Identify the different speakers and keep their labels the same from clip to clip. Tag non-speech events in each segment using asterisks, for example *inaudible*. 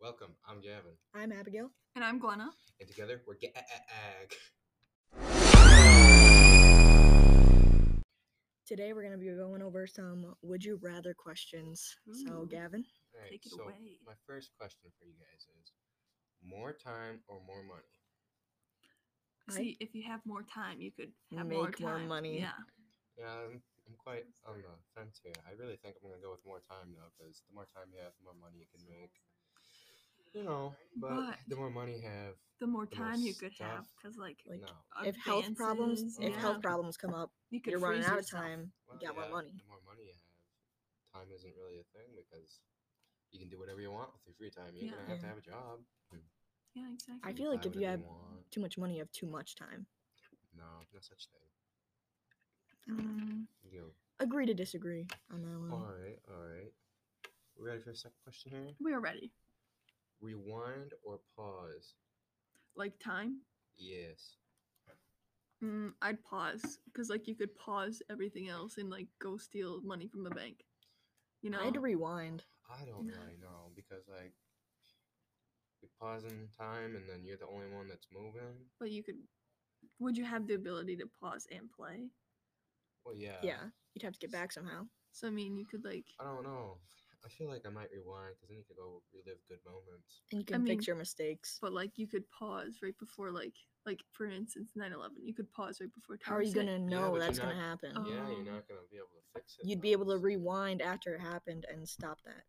Speaker 1: Welcome. I'm Gavin,
Speaker 2: I'm Abigail.
Speaker 3: And I'm Glenna.
Speaker 1: and together we're
Speaker 2: *laughs*
Speaker 1: Gag.
Speaker 2: Today we're going to be going over some would you rather questions. So,
Speaker 3: Ooh.
Speaker 2: Gavin,
Speaker 1: All right,
Speaker 3: Take it
Speaker 1: so
Speaker 3: away.
Speaker 1: my first question for you guys is: more time or more money?
Speaker 2: I-
Speaker 3: See, if you have more time, you could have more
Speaker 2: Make more
Speaker 3: time.
Speaker 2: money.
Speaker 3: Yeah.
Speaker 1: Yeah, I'm, I'm quite on the fence here. I really think I'm gonna go with more time though, because the more time you have, the more money you can make. You know, but,
Speaker 3: But-
Speaker 1: the more money you have,
Speaker 3: The more
Speaker 1: The more
Speaker 3: time you could have,
Speaker 1: stuff,
Speaker 3: because like,
Speaker 2: Like,
Speaker 1: no.
Speaker 2: if health problems
Speaker 3: advances,
Speaker 2: if health
Speaker 3: yeah,
Speaker 2: problems come up,
Speaker 3: you could
Speaker 2: you're running
Speaker 3: freeze
Speaker 2: out of
Speaker 3: yourself.
Speaker 2: time, you got more
Speaker 1: yeah,
Speaker 2: money.
Speaker 1: The more money you have, time isn't really a thing because you can do whatever you want with your free time. You ain't
Speaker 3: Yeah.
Speaker 1: gonna have to
Speaker 2: Yeah.
Speaker 1: have a job.
Speaker 3: Yeah, exactly.
Speaker 2: I
Speaker 1: can
Speaker 2: feel like
Speaker 1: buy
Speaker 2: if you
Speaker 1: whatever
Speaker 2: have
Speaker 1: you want.
Speaker 2: too much money, you have too much time.
Speaker 1: No, no such thing.
Speaker 3: Mm,
Speaker 1: You.
Speaker 2: Agree to disagree on that one.
Speaker 1: All right, all right. We ready for the second question here?
Speaker 3: we are ready.
Speaker 1: Rewind or pause?
Speaker 3: Like time,
Speaker 1: Yes.
Speaker 3: mm, I'd pause because like you could pause everything else and like go steal money from the bank. You know,
Speaker 2: I had to rewind.
Speaker 1: I don't really know because like we pause in time and then you're the only one that's moving.
Speaker 3: but you could. Would you have the ability to pause and play?
Speaker 1: Well, yeah.
Speaker 2: Yeah, you'd have to get back somehow.
Speaker 3: So I mean, you could like.
Speaker 1: I don't know. I feel like I might rewind because then you could go relive good moments.
Speaker 2: And you can fix
Speaker 3: mean-
Speaker 2: your mistakes.
Speaker 3: but like you could pause right before like like for instance 9-11 you could pause right before
Speaker 2: How are you
Speaker 3: Towers hit.
Speaker 2: going to know
Speaker 1: but you're
Speaker 2: that's going to
Speaker 1: not-
Speaker 2: happen?
Speaker 1: Yeah, you're
Speaker 3: Oh.
Speaker 1: not gonna be able to fix it.
Speaker 2: You'd be able to
Speaker 1: though, so-
Speaker 2: rewind after it happened and stop that.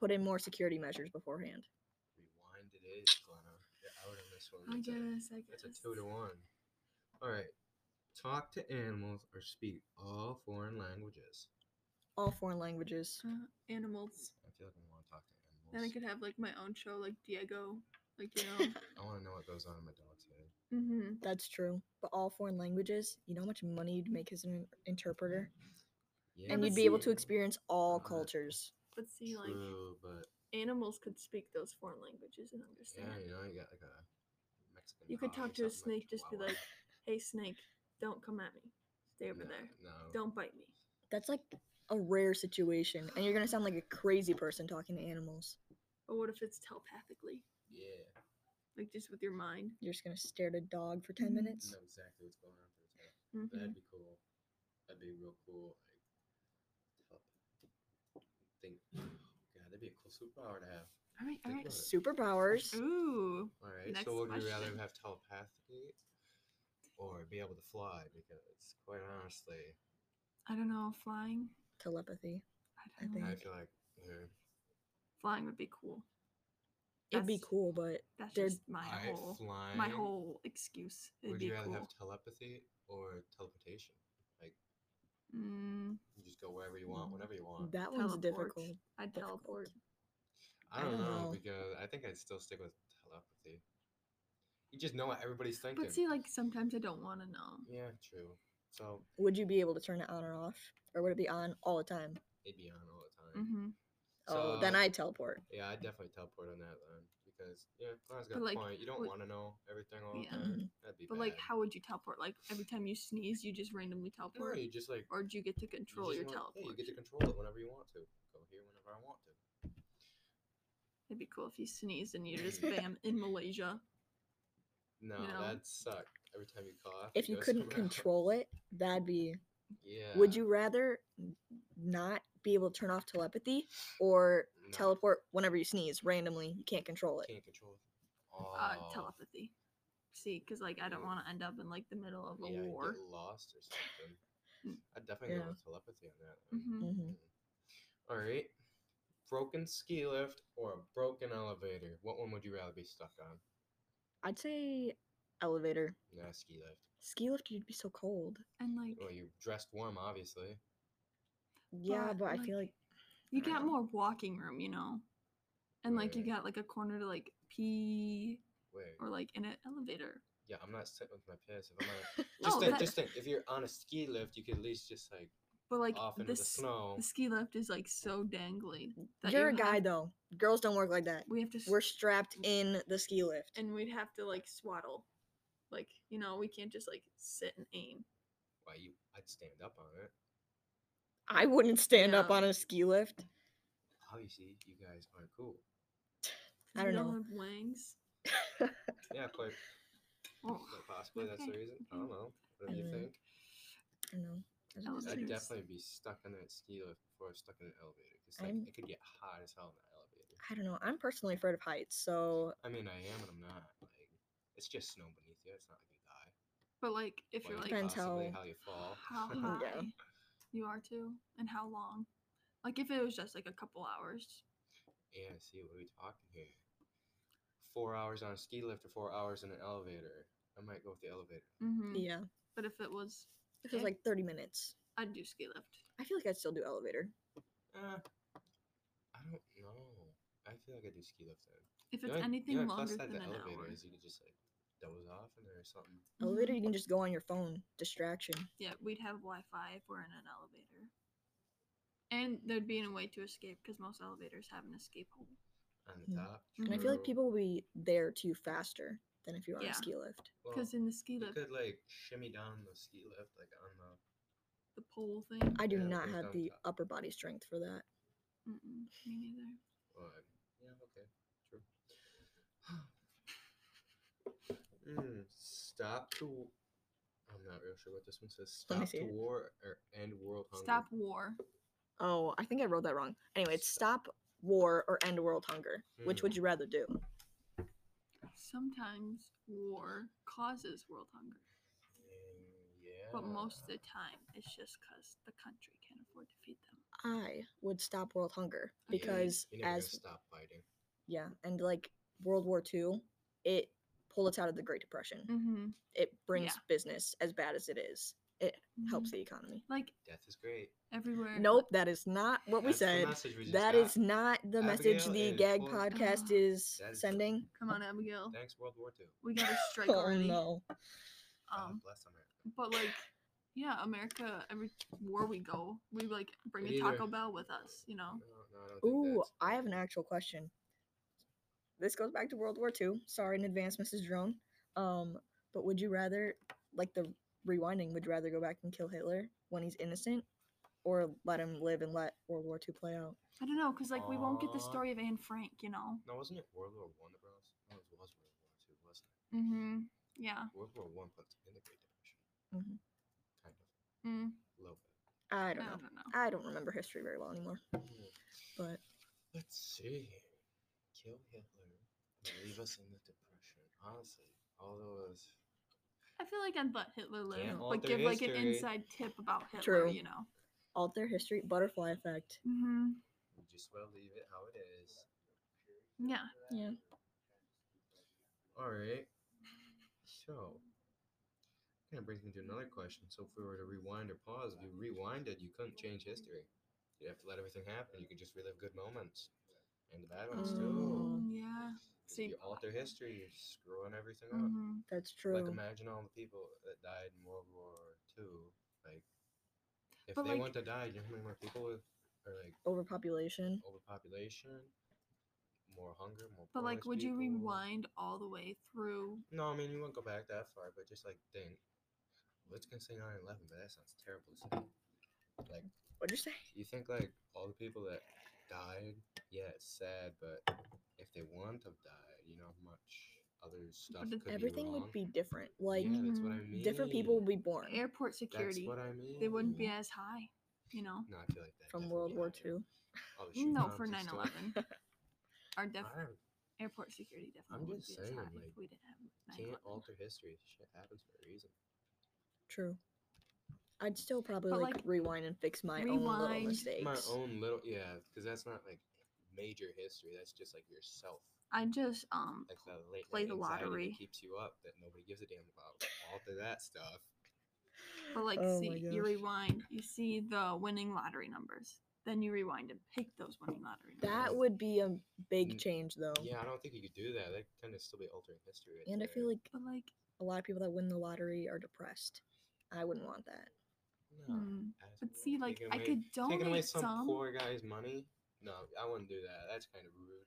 Speaker 2: Put in more security measures beforehand.
Speaker 1: rewind it is, Glenna. You're out on this one.
Speaker 3: i
Speaker 1: That's a,
Speaker 3: guess i guess
Speaker 1: that's a two to one. All right. Talk to animals or speak all foreign languages.
Speaker 2: All foreign languages.
Speaker 3: uh, animals
Speaker 1: I feel like I want to talk to
Speaker 3: then i
Speaker 1: animals.
Speaker 3: could have like my own show like diego like you
Speaker 2: *laughs*
Speaker 3: know
Speaker 1: I want to know what goes on in my dog's head.
Speaker 3: mm-hmm.
Speaker 2: That's true. But all foreign languages, you know how much money you'd make as an in- interpreter?
Speaker 1: Yeah,
Speaker 2: And
Speaker 3: but
Speaker 2: you'd be able
Speaker 3: see-
Speaker 2: to experience all
Speaker 1: Uh,
Speaker 2: cultures.
Speaker 3: but see like
Speaker 1: True, but
Speaker 3: animals could speak those foreign languages and understand
Speaker 1: yeah, you know, you got like a Mexican.
Speaker 3: you could
Speaker 1: dog or
Speaker 3: talk to a
Speaker 1: something,
Speaker 3: snake
Speaker 1: like
Speaker 3: just be
Speaker 1: Chihuahua.
Speaker 3: like hey snake don't come at me stay over
Speaker 1: no,
Speaker 3: there
Speaker 1: No,
Speaker 3: don't bite me
Speaker 2: That's like a rare situation. And you're going to sound like a crazy person talking to animals.
Speaker 3: but what if it's telepathically
Speaker 1: Yeah,
Speaker 3: like just with your mind
Speaker 2: You're just going to stare at a dog for 10
Speaker 3: Mhm.
Speaker 2: minutes.
Speaker 1: know exactly what's going on for the tail.
Speaker 3: Mhm.
Speaker 1: That'd be cool. That'd be real cool. Like, help. Think. God, that'd be a cool superpower to have.
Speaker 3: all right all
Speaker 1: Think
Speaker 3: right
Speaker 1: about it.
Speaker 3: Mm-hmm.
Speaker 2: Superpowers.
Speaker 3: ooh
Speaker 1: All right.
Speaker 3: Next
Speaker 1: so would you rather
Speaker 3: question.
Speaker 1: have telepathy or be able to fly? Because quite honestly,
Speaker 3: i don't know flying
Speaker 2: Telepathy.
Speaker 3: i don't
Speaker 2: I
Speaker 3: know
Speaker 1: I
Speaker 2: think.
Speaker 1: feel like yeah,
Speaker 3: flying would be cool.
Speaker 2: It'd be
Speaker 3: That's-
Speaker 2: cool, but
Speaker 3: That's
Speaker 2: There'd-
Speaker 3: just my
Speaker 1: I
Speaker 3: whole
Speaker 1: flying.
Speaker 3: my whole excuse. It'd
Speaker 1: Would
Speaker 3: be
Speaker 1: you rather
Speaker 3: cool.
Speaker 1: have telepathy or teleportation?
Speaker 3: mm,
Speaker 1: You just go wherever you want,
Speaker 2: Mm,
Speaker 1: whenever you want.
Speaker 2: that one's
Speaker 3: teleport.
Speaker 2: difficult.
Speaker 3: I'd
Speaker 2: difficult.
Speaker 3: teleport.
Speaker 1: I
Speaker 2: I
Speaker 1: don't
Speaker 2: don't
Speaker 1: know,
Speaker 2: know.
Speaker 1: because I think I'd still stick with telepathy. You just know what everybody's thinking.
Speaker 3: But see, like sometimes I don't want to know.
Speaker 1: yeah, true. So
Speaker 2: Would you be able to turn it on or off? Or would it be on all the time?
Speaker 1: it'd be on all the time.
Speaker 3: hmm
Speaker 2: oh, then
Speaker 1: So-
Speaker 2: I teleport.
Speaker 1: Yeah, I definitely teleport on that line because yeah, Lana's got
Speaker 3: But,
Speaker 1: a
Speaker 3: like,
Speaker 1: point. You don't
Speaker 3: would-
Speaker 1: want to know everything all
Speaker 3: Yeah.
Speaker 1: the time. That'd be
Speaker 3: But
Speaker 1: bad.
Speaker 3: like, how would you teleport? Like every time you sneeze, you just randomly
Speaker 1: No,
Speaker 3: teleport,
Speaker 1: you just like
Speaker 3: or do you get to
Speaker 1: you
Speaker 3: control
Speaker 1: just
Speaker 3: your
Speaker 1: want-
Speaker 3: teleport?
Speaker 1: Yeah, you get to control it whenever you want to. Go here whenever I want to.
Speaker 3: It'd be cool if you sneezed and you
Speaker 1: *laughs*
Speaker 3: just bam in Malaysia.
Speaker 1: No,
Speaker 3: You know?
Speaker 1: that'd suck. Every time you cough.
Speaker 2: If you
Speaker 1: go
Speaker 2: couldn't
Speaker 1: somewhere else.
Speaker 2: control it, that'd be
Speaker 1: *laughs* Yeah.
Speaker 2: Would you rather n- not be able to turn off telepathy or
Speaker 1: No.
Speaker 2: teleport whenever you sneeze randomly? You can't control it.
Speaker 1: Can't control. Oh,
Speaker 3: Uh, telepathy. See, because like I don't want to end up in like the middle of a
Speaker 1: yeah, you
Speaker 3: war.
Speaker 1: get lost or something.
Speaker 3: Mm.
Speaker 1: I'd definitely
Speaker 2: Yeah.
Speaker 1: go with telepathy on that. one. Hmm.
Speaker 3: Mhm.
Speaker 2: Mhm.
Speaker 1: All right. Broken ski lift or a broken elevator? What one would you rather be stuck on?
Speaker 2: I'd say elevator.
Speaker 1: Nah, ski lift.
Speaker 2: Ski lift, you'd be so cold.
Speaker 3: And like,
Speaker 1: Well, you're dressed warm, obviously.
Speaker 2: Yeah,
Speaker 3: But,
Speaker 2: but I feel like
Speaker 3: you
Speaker 2: I don't
Speaker 3: got
Speaker 2: know.
Speaker 3: more walking room, you know, and like you
Speaker 1: Right.
Speaker 3: got like a corner to like pee
Speaker 1: Wait.
Speaker 3: or like in an elevator.
Speaker 1: Yeah, I'm not sitting with my piss. If I'm on a-
Speaker 3: *laughs* No,
Speaker 1: just think,
Speaker 3: that-
Speaker 1: just think. If you're on a ski lift, you could at least just like,
Speaker 3: But like
Speaker 1: off into
Speaker 3: this,
Speaker 1: the
Speaker 3: the,
Speaker 1: snow.
Speaker 3: ski lift is like so dangly. that
Speaker 2: you're a
Speaker 3: you
Speaker 2: guy
Speaker 3: have-
Speaker 2: though. Girls don't work like that.
Speaker 3: We have to, s-
Speaker 2: We're strapped in the ski lift.
Speaker 3: and we'd have to like swaddle, like you know, we can't just like sit and aim.
Speaker 1: Why you? I'd stand up on it.
Speaker 2: I wouldn't stand up
Speaker 3: Yeah.
Speaker 1: Oh,
Speaker 2: on a ski lift.
Speaker 1: Obviously, you guys aren't cool.
Speaker 2: I don't
Speaker 3: you
Speaker 2: know.
Speaker 3: Have wangs.
Speaker 1: Yeah, quite,
Speaker 3: Oh,
Speaker 1: quite possibly that's the
Speaker 3: Okay.
Speaker 1: reason. I don't know. What do you
Speaker 2: Mm.
Speaker 1: think?
Speaker 2: I don't know. I don't
Speaker 3: That was
Speaker 2: know.
Speaker 3: That's
Speaker 1: I'd
Speaker 3: nice.
Speaker 1: definitely be stuck in that ski lift before stuck in an elevator because like,
Speaker 2: I'm-
Speaker 1: it could get hot as hell in that elevator.
Speaker 2: I don't know. I'm personally afraid of heights, so
Speaker 1: I mean, I am, and I'm not. Like, it's just snow beneath you. It's not like you die.
Speaker 3: but like if you're
Speaker 1: Like,
Speaker 3: like
Speaker 2: Depends
Speaker 1: possibly
Speaker 2: how-
Speaker 1: how you fall.
Speaker 3: *laughs*
Speaker 1: *laughs*
Speaker 3: how high
Speaker 2: Yeah.
Speaker 3: you are too, and how long. Like if it was just like a couple hours,
Speaker 1: yeah, see what are we talking here? Four hours on a ski lift or four hours in an elevator. I might go with the elevator.
Speaker 3: mm-hmm.
Speaker 2: yeah.
Speaker 3: but if it was,
Speaker 2: If it was
Speaker 3: Okay.
Speaker 2: like 30 minutes,
Speaker 3: I'd do ski lift.
Speaker 2: I feel like I'd still do elevator.
Speaker 1: Uh, I don't know. I feel like I do ski lift then.
Speaker 3: If
Speaker 1: The
Speaker 3: it's
Speaker 1: only- the
Speaker 3: anything
Speaker 1: only plus
Speaker 3: longer
Speaker 1: side
Speaker 3: than
Speaker 1: to
Speaker 3: an hour,
Speaker 1: is you could just like doze off in there or something.
Speaker 2: Elevator,
Speaker 3: Mhm.
Speaker 2: you can just go on your phone. Distraction.
Speaker 3: Yeah, we'd have Wi-Fi if we're in an elevator, and there'd be a way to escape because most elevators have an escape hole.
Speaker 1: On the
Speaker 2: Mm.
Speaker 1: top.
Speaker 3: And
Speaker 2: And I feel like
Speaker 1: True.
Speaker 2: people will be there to you faster than if you're on
Speaker 3: Yeah.
Speaker 2: a ski lift.
Speaker 1: Well,
Speaker 3: Because in the ski
Speaker 1: You
Speaker 3: lift,
Speaker 1: could like shimmy down the ski lift, like on the.
Speaker 3: the pole thing.
Speaker 2: I do
Speaker 1: Yeah,
Speaker 2: not
Speaker 1: goes
Speaker 2: have
Speaker 1: down
Speaker 2: the
Speaker 1: top.
Speaker 2: upper body strength for that.
Speaker 3: Mm-mm, me neither.
Speaker 1: Well, I- yeah, okay, true. *sighs* mm, stop to. I'm not real sure what this one says.
Speaker 2: Let me
Speaker 1: Stop
Speaker 2: see
Speaker 1: to
Speaker 2: it.
Speaker 1: war or end world hunger.
Speaker 3: Stop war.
Speaker 2: Oh, I think I wrote that wrong. Anyway, it's stop war or end world hunger. Which
Speaker 1: Hmm.
Speaker 2: would you rather do?
Speaker 3: Sometimes war causes world hunger,
Speaker 1: Mm, yeah.
Speaker 3: but most of the time it's just because the country can't afford to feed them.
Speaker 2: I would stop world hunger
Speaker 3: Okay.
Speaker 2: because
Speaker 1: You're never gonna
Speaker 2: as
Speaker 1: stop fighting.
Speaker 2: yeah, and like World War II, it pulled us out of the Great Depression.
Speaker 3: Mm-hmm.
Speaker 2: It brings
Speaker 3: Yeah.
Speaker 2: business as bad as it is. It helps the economy.
Speaker 3: Mm-hmm. Like
Speaker 1: Death is great.
Speaker 3: everywhere.
Speaker 2: Nope, that is not what we
Speaker 1: That's the
Speaker 2: said.
Speaker 1: message we just
Speaker 2: That
Speaker 1: got.
Speaker 2: is not the message
Speaker 1: Abigail
Speaker 2: the
Speaker 1: is
Speaker 2: gag
Speaker 1: full-
Speaker 2: podcast is
Speaker 3: Ah.
Speaker 1: That is the-
Speaker 2: sending.
Speaker 3: Come on, Abigail.
Speaker 1: Thanks, World War Two.
Speaker 3: We
Speaker 2: *laughs*
Speaker 3: got a strike
Speaker 2: Oh
Speaker 3: already.
Speaker 2: no.
Speaker 3: Um,
Speaker 1: God bless America.
Speaker 3: but like, yeah, America. Every war we go, we like bring
Speaker 1: Me
Speaker 3: a Taco
Speaker 1: either.
Speaker 3: Bell with us. You know.
Speaker 1: No, no, I don't think
Speaker 2: Ooh,
Speaker 1: that's
Speaker 2: I
Speaker 1: good.
Speaker 2: have an actual question. This goes back to World War II. Sorry in advance, Mrs. Drone. Um, but would you rather, like the rewinding, would you rather go back and kill Hitler when he's innocent, or let him live and let World War II play out?
Speaker 3: I don't know, cause like we won't get the
Speaker 1: Aw.
Speaker 3: story of Anne Frank. You know.
Speaker 1: No, wasn't it World War One that brought us? No, it was World War Two, wasn't it?
Speaker 3: Mm-hmm. Yeah.
Speaker 1: World War One put us in the Great Depression,
Speaker 2: Mhm.
Speaker 1: kind of,
Speaker 3: Mm,
Speaker 1: a little bit.
Speaker 2: I
Speaker 3: I
Speaker 2: don't
Speaker 3: don't
Speaker 2: know.
Speaker 3: know.
Speaker 2: I don't remember history very well anymore.
Speaker 1: Hmm.
Speaker 2: But
Speaker 1: Let's see. Kill Hitler and leave us in the Depression. Honestly, although it's
Speaker 3: I feel like I'd let Hitler live,
Speaker 1: Can't
Speaker 3: but
Speaker 1: alter
Speaker 3: give like an
Speaker 1: history.
Speaker 3: inside tip about Hitler.
Speaker 2: True.
Speaker 3: You know.
Speaker 2: alter history, butterfly effect.
Speaker 3: Mm-hmm.
Speaker 1: we just well leave it how it is.
Speaker 3: Yeah.
Speaker 2: Yeah.
Speaker 1: All right. So, kind of brings me to another question. So, if we were to rewind or pause, if you rewinded, you couldn't change history. You'd have to let everything happen. You could just relive good moments and the bad ones too.
Speaker 2: Mm.
Speaker 3: Um, yeah.
Speaker 1: 'Cause
Speaker 3: See,
Speaker 1: if you alter history, you're screwing everything up.
Speaker 3: Mm-hmm.
Speaker 2: That's
Speaker 1: Like
Speaker 2: true.
Speaker 1: imagine all the people that died in World War Two. Like, if
Speaker 3: But,
Speaker 1: they
Speaker 3: like-
Speaker 1: want to die, you know how many more people with- are like
Speaker 2: Overpopulation.
Speaker 1: overpopulation, more hunger, more.
Speaker 3: But like,
Speaker 1: poorness
Speaker 3: would you
Speaker 1: people.
Speaker 3: rewind all the way through?
Speaker 1: No, I mean you won't go back that far, but just like think. Let's gonna say 9-11, but that sounds terrible. To say. Like
Speaker 2: What'd you say?
Speaker 1: you think like all the people that died, yeah, it's sad, but if they wouldn't have died, you know how much other stuff
Speaker 3: if
Speaker 1: could
Speaker 2: Everything
Speaker 1: be wrong.
Speaker 2: would be different. Like
Speaker 1: yeah, that's what I mean.
Speaker 2: different people would be born
Speaker 3: Airport
Speaker 1: That's
Speaker 3: security,
Speaker 1: what I mean.
Speaker 3: they wouldn't be as high, you know.
Speaker 1: No, I feel like that.
Speaker 2: from
Speaker 1: definitely
Speaker 2: World War
Speaker 1: happened.
Speaker 2: II.
Speaker 1: All the
Speaker 3: No,
Speaker 1: shootdowns
Speaker 3: for
Speaker 1: and
Speaker 3: 9
Speaker 1: stuff. *laughs*
Speaker 3: 11. Our def-
Speaker 1: I
Speaker 3: airport security definitely would
Speaker 1: just
Speaker 3: be as
Speaker 1: saying,
Speaker 3: high
Speaker 1: like,
Speaker 3: if we didn't have 9
Speaker 1: can't alter history. Shit happens for a reason.
Speaker 2: True. I'd still probably
Speaker 3: But,
Speaker 2: like,
Speaker 3: like,
Speaker 2: rewind and fix my own little
Speaker 3: rewind. My
Speaker 2: mistakes.
Speaker 1: My own little yeah, because that's not like major history. That's just like yourself.
Speaker 3: I just, um,
Speaker 1: like the late
Speaker 3: play
Speaker 1: night
Speaker 3: the
Speaker 1: anxiety that
Speaker 3: lottery.
Speaker 1: keeps you up that nobody gives a damn about. Alter that stuff.
Speaker 3: but like,
Speaker 2: Oh my
Speaker 3: see, you
Speaker 2: gosh.
Speaker 3: rewind, you see the winning lottery numbers, then you rewind and pick those winning lottery numbers.
Speaker 2: That would be a big
Speaker 1: Mm,
Speaker 2: change, though.
Speaker 3: Oh.
Speaker 1: Yeah, I don't think you could do that. That kind of still be altering history. Right
Speaker 2: And I
Speaker 1: there.
Speaker 2: feel like
Speaker 3: But like,
Speaker 2: a lot of people that win the lottery are depressed. I wouldn't want that.
Speaker 1: no,
Speaker 3: mm,
Speaker 1: asshole.
Speaker 3: but see, like,
Speaker 1: Taking
Speaker 3: I
Speaker 1: away-
Speaker 3: could
Speaker 1: taking away
Speaker 3: donate
Speaker 1: some,
Speaker 3: some.
Speaker 1: poor guy's money. No, I wouldn't do that. That's kind of rude.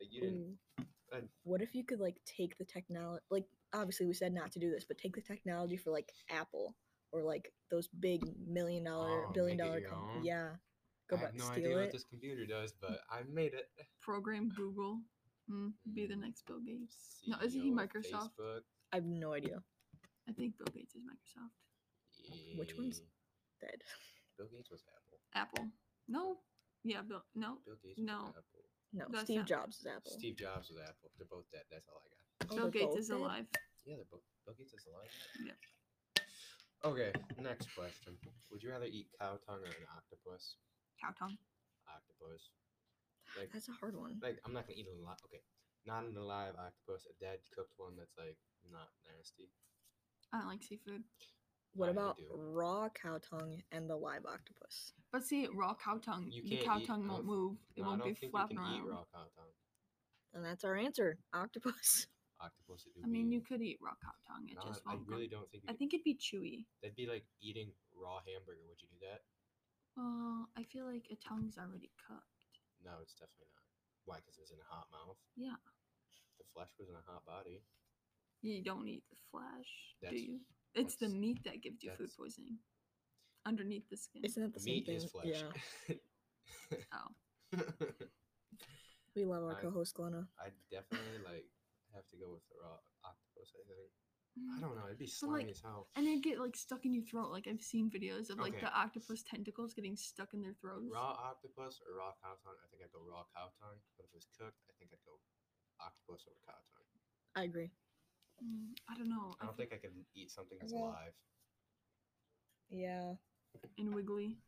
Speaker 1: Like you didn't.
Speaker 2: Ooh.
Speaker 1: I'd-
Speaker 2: What if you could like take the technology? Like obviously we said not to do this, but take the technology for like Apple or like those big million dollar,
Speaker 1: Oh,
Speaker 2: billion
Speaker 1: make it
Speaker 2: dollar
Speaker 1: your
Speaker 2: com-
Speaker 1: own?
Speaker 2: Yeah, go
Speaker 1: I
Speaker 2: back
Speaker 1: have no
Speaker 2: steal
Speaker 1: idea what
Speaker 2: it.
Speaker 3: *laughs*
Speaker 1: this computer does, but I made it.
Speaker 3: program Google Mm, be the next Bill Gates. No, isn't he
Speaker 1: CEO E of
Speaker 3: Microsoft?
Speaker 1: Facebook.
Speaker 2: I have no idea.
Speaker 3: I think Bill Gates is Microsoft.
Speaker 2: Which one's-
Speaker 1: Yeah.
Speaker 2: Dead.
Speaker 1: Bill Gates was Apple.
Speaker 3: Apple. No. Yeah, Bill. No.
Speaker 1: Bill Gates was
Speaker 3: No.
Speaker 1: Apple.
Speaker 2: No,
Speaker 3: That's
Speaker 2: Steve
Speaker 3: not-
Speaker 2: Jobs is Apple.
Speaker 1: Steve Jobs was Apple. They're both dead. That's all I got.
Speaker 2: Oh,
Speaker 3: Bill
Speaker 2: they're
Speaker 3: Gates
Speaker 2: both
Speaker 3: is
Speaker 2: dead?
Speaker 3: alive.
Speaker 1: Yeah, they're both. Bill Gates is alive.
Speaker 3: Yeah.
Speaker 1: Okay, next question. Would you rather eat cow tongue or an octopus?
Speaker 3: Cow tongue.
Speaker 1: Octopus. Like,
Speaker 2: That's a hard one.
Speaker 1: like I'm not gonna eat a lot. Okay, not an alive octopus. A dead cooked one that's like not nasty.
Speaker 3: I don't like seafood.
Speaker 2: What
Speaker 1: I
Speaker 2: about
Speaker 1: do.
Speaker 2: raw cow tongue and the live octopus?
Speaker 3: But see, raw cow tongue.
Speaker 1: You
Speaker 3: the
Speaker 1: can't
Speaker 3: cow
Speaker 1: eat- I
Speaker 3: tongue
Speaker 1: don't-
Speaker 3: won't move. It
Speaker 1: No, I
Speaker 3: won't
Speaker 1: don't
Speaker 3: be
Speaker 1: think
Speaker 3: flapping
Speaker 1: you can eat
Speaker 3: around.
Speaker 1: raw cow tongue.
Speaker 2: And that's our answer. Octopus. *laughs*
Speaker 1: Octopus. It
Speaker 3: I mean, you could eat raw cow tongue. It just
Speaker 1: I
Speaker 3: won't. go-
Speaker 1: really don't think. You
Speaker 3: I
Speaker 1: could-
Speaker 3: think it'd be chewy.
Speaker 1: that'd be like eating raw hamburger. Would you do that?
Speaker 3: Well, I feel like a tongue's already cooked.
Speaker 1: No, it's definitely not. Why? Because it was in a hot mouth.
Speaker 3: Yeah.
Speaker 1: The flesh was in a hot body.
Speaker 3: You don't eat the flesh, do
Speaker 1: That's-
Speaker 3: you? It's the
Speaker 1: that's-
Speaker 3: meat that gives you food
Speaker 1: that's-
Speaker 3: poisoning underneath the skin.
Speaker 2: Isn't that the
Speaker 1: Meat
Speaker 2: same
Speaker 1: is
Speaker 2: thing?
Speaker 1: flesh.
Speaker 2: Yeah.
Speaker 3: Oh,
Speaker 2: We love our
Speaker 1: *laughs* I-
Speaker 2: co-host Glenna.
Speaker 1: I'd definitely like have to go with the raw octopus. I think. I don't know. It'd be
Speaker 3: But, like,
Speaker 1: slimy as hell.
Speaker 3: And they get like stuck in your throat. Like I've seen videos of like
Speaker 1: Okay.
Speaker 3: the octopus tentacles getting stuck in their throats.
Speaker 1: Raw octopus or raw cow tongue? I think I'd go raw cow tongue. But if it was cooked, I think I'd go octopus over cow tongue.
Speaker 2: I agree.
Speaker 3: Mm, I don't know.
Speaker 1: I don't think I could eat something that's
Speaker 2: Well-
Speaker 1: alive.
Speaker 2: Yeah.
Speaker 3: And wiggly.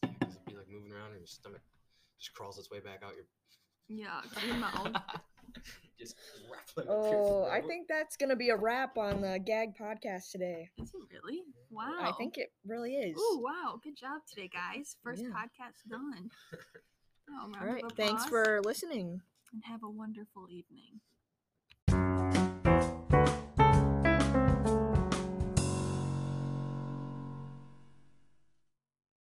Speaker 1: Because it'd be like moving around and your stomach just crawls its way back out
Speaker 2: *laughs*
Speaker 1: your
Speaker 3: Yeah, 'cause
Speaker 1: *laughs*
Speaker 3: your mouth.
Speaker 1: just rattling. up your
Speaker 2: Oh, I
Speaker 1: throat.
Speaker 2: think that's gonna be a wrap on the gag podcast today.
Speaker 3: Is it really? Wow.
Speaker 2: I think it really is.
Speaker 3: Oh wow! Good job today, guys. First
Speaker 2: Yeah.
Speaker 3: podcast
Speaker 2: *laughs*
Speaker 3: done. Oh, round
Speaker 2: All
Speaker 3: of
Speaker 2: right. Thanks
Speaker 3: applause,
Speaker 2: for listening.
Speaker 3: And have a wonderful evening.